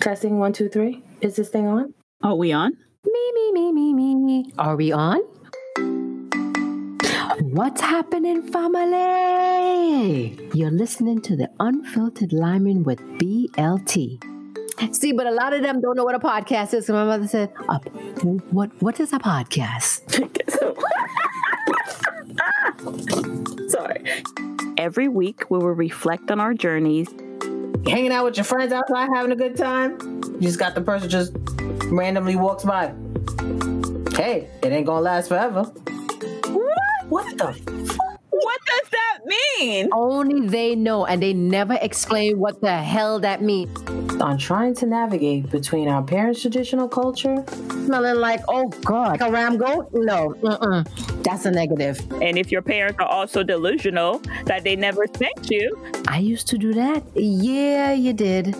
Testing one, two, three. Is this thing on? Are we on? Me, me, me, me, me. Are we on? What's happening, family? You're listening to the Unfiltered Lyman with BLT. See, but a lot of them don't know what a podcast is. So my mother said, "A- "What? What is a podcast?" Sorry. Every week, we will reflect on our journeys, hanging out with your friends outside having a good time. You just got the person just randomly walks by. Hey, it ain't gonna last forever. What? What the? f- What does that mean? Only they know, and they never explain what the hell that means. I'm trying to navigate between our parents' traditional culture. Smelling like, oh god, a ram goat? No, mm-mm. that's a negative. And if your parents are also delusional that they never sent you, I used to do that. Yeah, you did.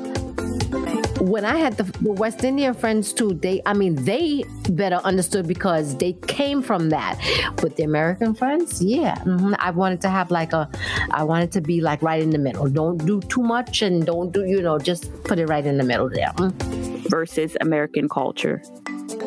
When I had the, the West Indian friends too, they, I mean, they better understood because they came from that. With the American friends, yeah, mhm, I wanted to have like a, I wanted to be like right in the middle. Don't do too much and don't do, you know, just put it right in the middle there. Mm. versus American culture.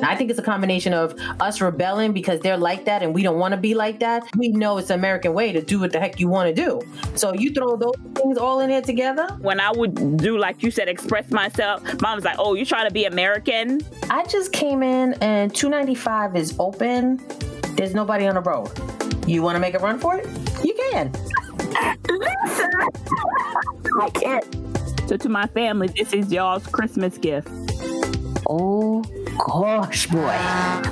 I think it's a combination of us rebelling because they're like that and we don't want to be like that. We know it's the American way to do what the heck you want to do. So you throw those things all in there together. when I would do, like you said, express myself, mom was like, oh, you trying to be American? I just came in and 295 is open. There's nobody on the road. You want to make a run for it? You can. So to my family, this is y'all's Christmas gift. Oh gosh, boy.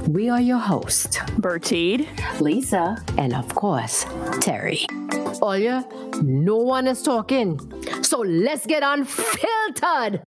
We are your host, Bertide, Lisa. and of course, Terry. Oya, no one is talking. So let's get unfiltered.